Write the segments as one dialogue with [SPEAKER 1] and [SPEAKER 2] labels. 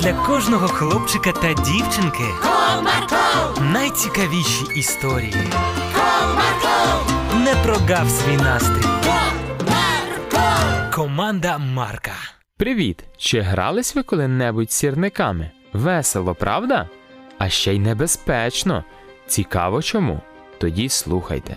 [SPEAKER 1] для кожного хлопчика та дівчинки
[SPEAKER 2] Comarco,
[SPEAKER 1] найцікавіші історії.
[SPEAKER 2] Comarco,
[SPEAKER 1] Не прогав свій настрій.
[SPEAKER 2] Comarco.
[SPEAKER 1] Команда Марка.
[SPEAKER 3] Привіт! Чи грались ви коли-небудь з сірниками? Весело, правда? А ще й небезпечно. Цікаво чому? Тоді слухайте.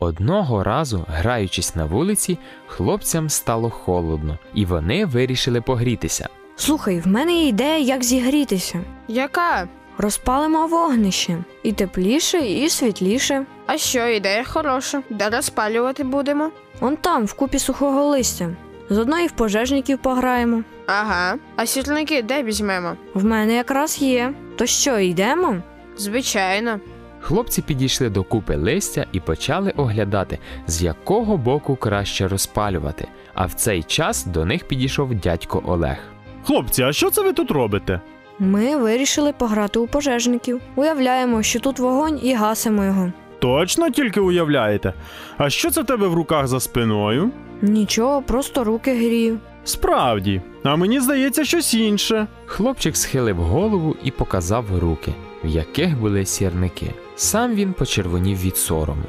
[SPEAKER 3] Одного разу, граючись на вулиці, хлопцям стало холодно, і вони вирішили погрітися.
[SPEAKER 4] Слухай, в мене є ідея, як зігрітися.
[SPEAKER 5] Яка?
[SPEAKER 4] Розпалимо вогнище. І тепліше, і світліше.
[SPEAKER 5] А що, ідея хороша. Де розпалювати будемо?
[SPEAKER 4] Он там, в купі сухого листя. З одної в пожежників пограємо.
[SPEAKER 5] Ага. А сірники де візьмемо?
[SPEAKER 4] В мене якраз є. То що, йдемо?
[SPEAKER 5] Звичайно.
[SPEAKER 3] Хлопці підійшли до купи листя і почали оглядати, з якого боку краще розпалювати. А в цей час до них підійшов дядько Олег.
[SPEAKER 6] Хлопці, а що це ви тут робите?
[SPEAKER 4] Ми вирішили пограти у пожежників. Уявляємо, що тут вогонь і гасимо його.
[SPEAKER 6] Точно тільки уявляєте? А що це в тебе в руках за спиною?
[SPEAKER 4] Нічого, просто руки грію.
[SPEAKER 6] Справді, а мені здається щось інше.
[SPEAKER 3] Хлопчик схилив голову і показав руки, в яких були сірники. Сам він почервонів від сорому.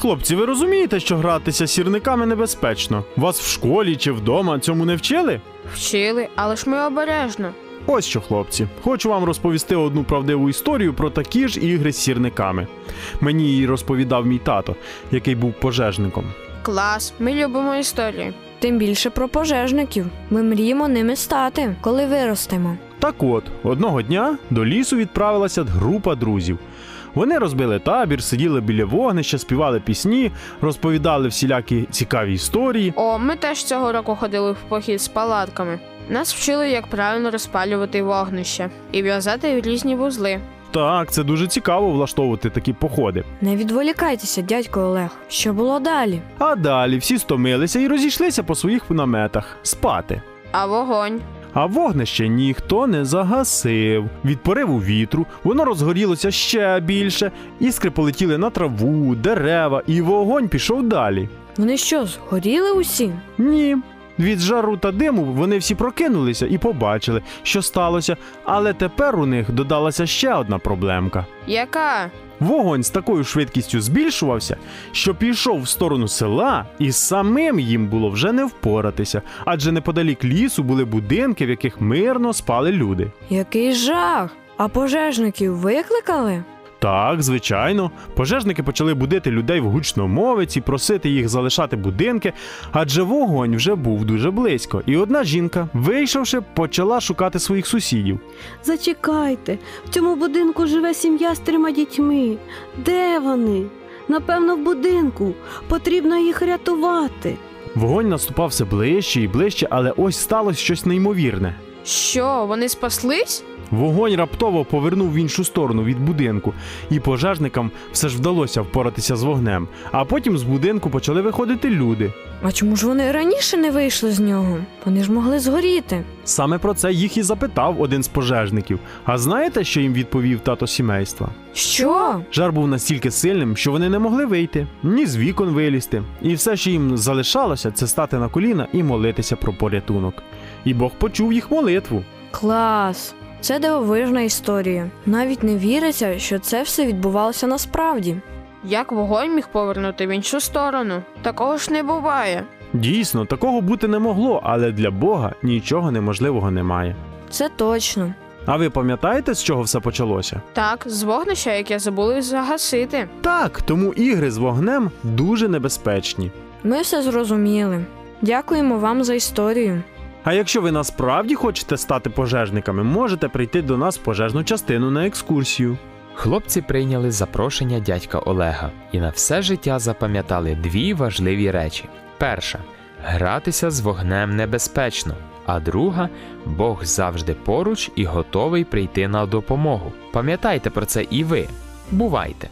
[SPEAKER 6] Хлопці, ви розумієте, що гратися сірниками небезпечно? Вас в школі чи вдома цьому не вчили?
[SPEAKER 5] Вчили, але ж ми обережно.
[SPEAKER 6] Ось що, хлопці, хочу вам розповісти одну правдиву історію про такі ж ігри з сірниками. Мені її розповідав мій тато, який був пожежником.
[SPEAKER 5] Клас, ми любимо історії.
[SPEAKER 4] Тим більше про пожежників. Ми мріємо ними стати, коли виростемо.
[SPEAKER 6] Так от, одного дня до лісу відправилася група друзів. Вони розбили табір, сиділи біля вогнища, співали пісні, розповідали всілякі цікаві історії.
[SPEAKER 5] О, ми теж цього року ходили в похід з палатками. Нас вчили, як правильно розпалювати вогнище і в'язати різні вузли.
[SPEAKER 6] Так, це дуже цікаво влаштовувати такі походи.
[SPEAKER 4] Не відволікайтеся, дядько Олег. Що було далі?
[SPEAKER 6] А далі всі стомилися і розійшлися по своїх наметах спати.
[SPEAKER 5] А вогонь.
[SPEAKER 6] А вогнище ніхто не загасив. Від пориву вітру воно розгорілося ще більше, іскри полетіли на траву, дерева, і вогонь пішов далі.
[SPEAKER 4] Вони що, згоріли усі?
[SPEAKER 6] Ні. Від жару та диму вони всі прокинулися і побачили, що сталося, але тепер у них додалася ще одна проблемка.
[SPEAKER 5] Яка?
[SPEAKER 6] Вогонь з такою швидкістю збільшувався, що пішов в сторону села, і самим їм було вже не впоратися, адже неподалік лісу були будинки, в яких мирно спали люди.
[SPEAKER 4] Який жах! А пожежників викликали?
[SPEAKER 6] Так, звичайно, пожежники почали будити людей в гучномовиці, просити їх залишати будинки, адже вогонь вже був дуже близько. І одна жінка, вийшовши, почала шукати своїх сусідів.
[SPEAKER 7] Зачекайте, в цьому будинку живе сім'я з трьома дітьми. Де вони? Напевно, в будинку. Потрібно їх рятувати.
[SPEAKER 6] Вогонь наступав все ближче і ближче, але ось сталося щось неймовірне.
[SPEAKER 5] Що, вони спаслись?
[SPEAKER 6] Вогонь раптово повернув в іншу сторону від будинку, і пожежникам все ж вдалося впоратися з вогнем. А потім з будинку почали виходити люди.
[SPEAKER 4] А чому ж вони раніше не вийшли з нього? Вони ж могли згоріти.
[SPEAKER 6] Саме про це їх і запитав один з пожежників. А знаєте, що їм відповів тато сімейства?
[SPEAKER 4] Що?
[SPEAKER 6] Жар був настільки сильним, що вони не могли вийти, ні з вікон вилізти, і все, що їм залишалося, це стати на коліна і молитися про порятунок. І Бог почув їх молитву.
[SPEAKER 4] Клас! Це дивовижна історія. Навіть не віриться, що це все відбувалося насправді.
[SPEAKER 5] Як вогонь міг повернути в іншу сторону? Такого ж не буває.
[SPEAKER 6] Дійсно, такого бути не могло, але для Бога нічого неможливого немає.
[SPEAKER 4] Це точно.
[SPEAKER 6] А ви пам'ятаєте, з чого все почалося?
[SPEAKER 5] Так, з вогнища, яке забули загасити.
[SPEAKER 6] Так, тому ігри з вогнем дуже небезпечні.
[SPEAKER 4] Ми все зрозуміли. Дякуємо вам за історію.
[SPEAKER 6] А якщо ви насправді хочете стати пожежниками, можете прийти до нас в пожежну частину на екскурсію.
[SPEAKER 3] Хлопці прийняли запрошення дядька Олега і на все життя запам'ятали дві важливі речі: перша гратися з вогнем небезпечно, а друга Бог завжди поруч і готовий прийти на допомогу. Пам'ятайте про це і ви. Бувайте!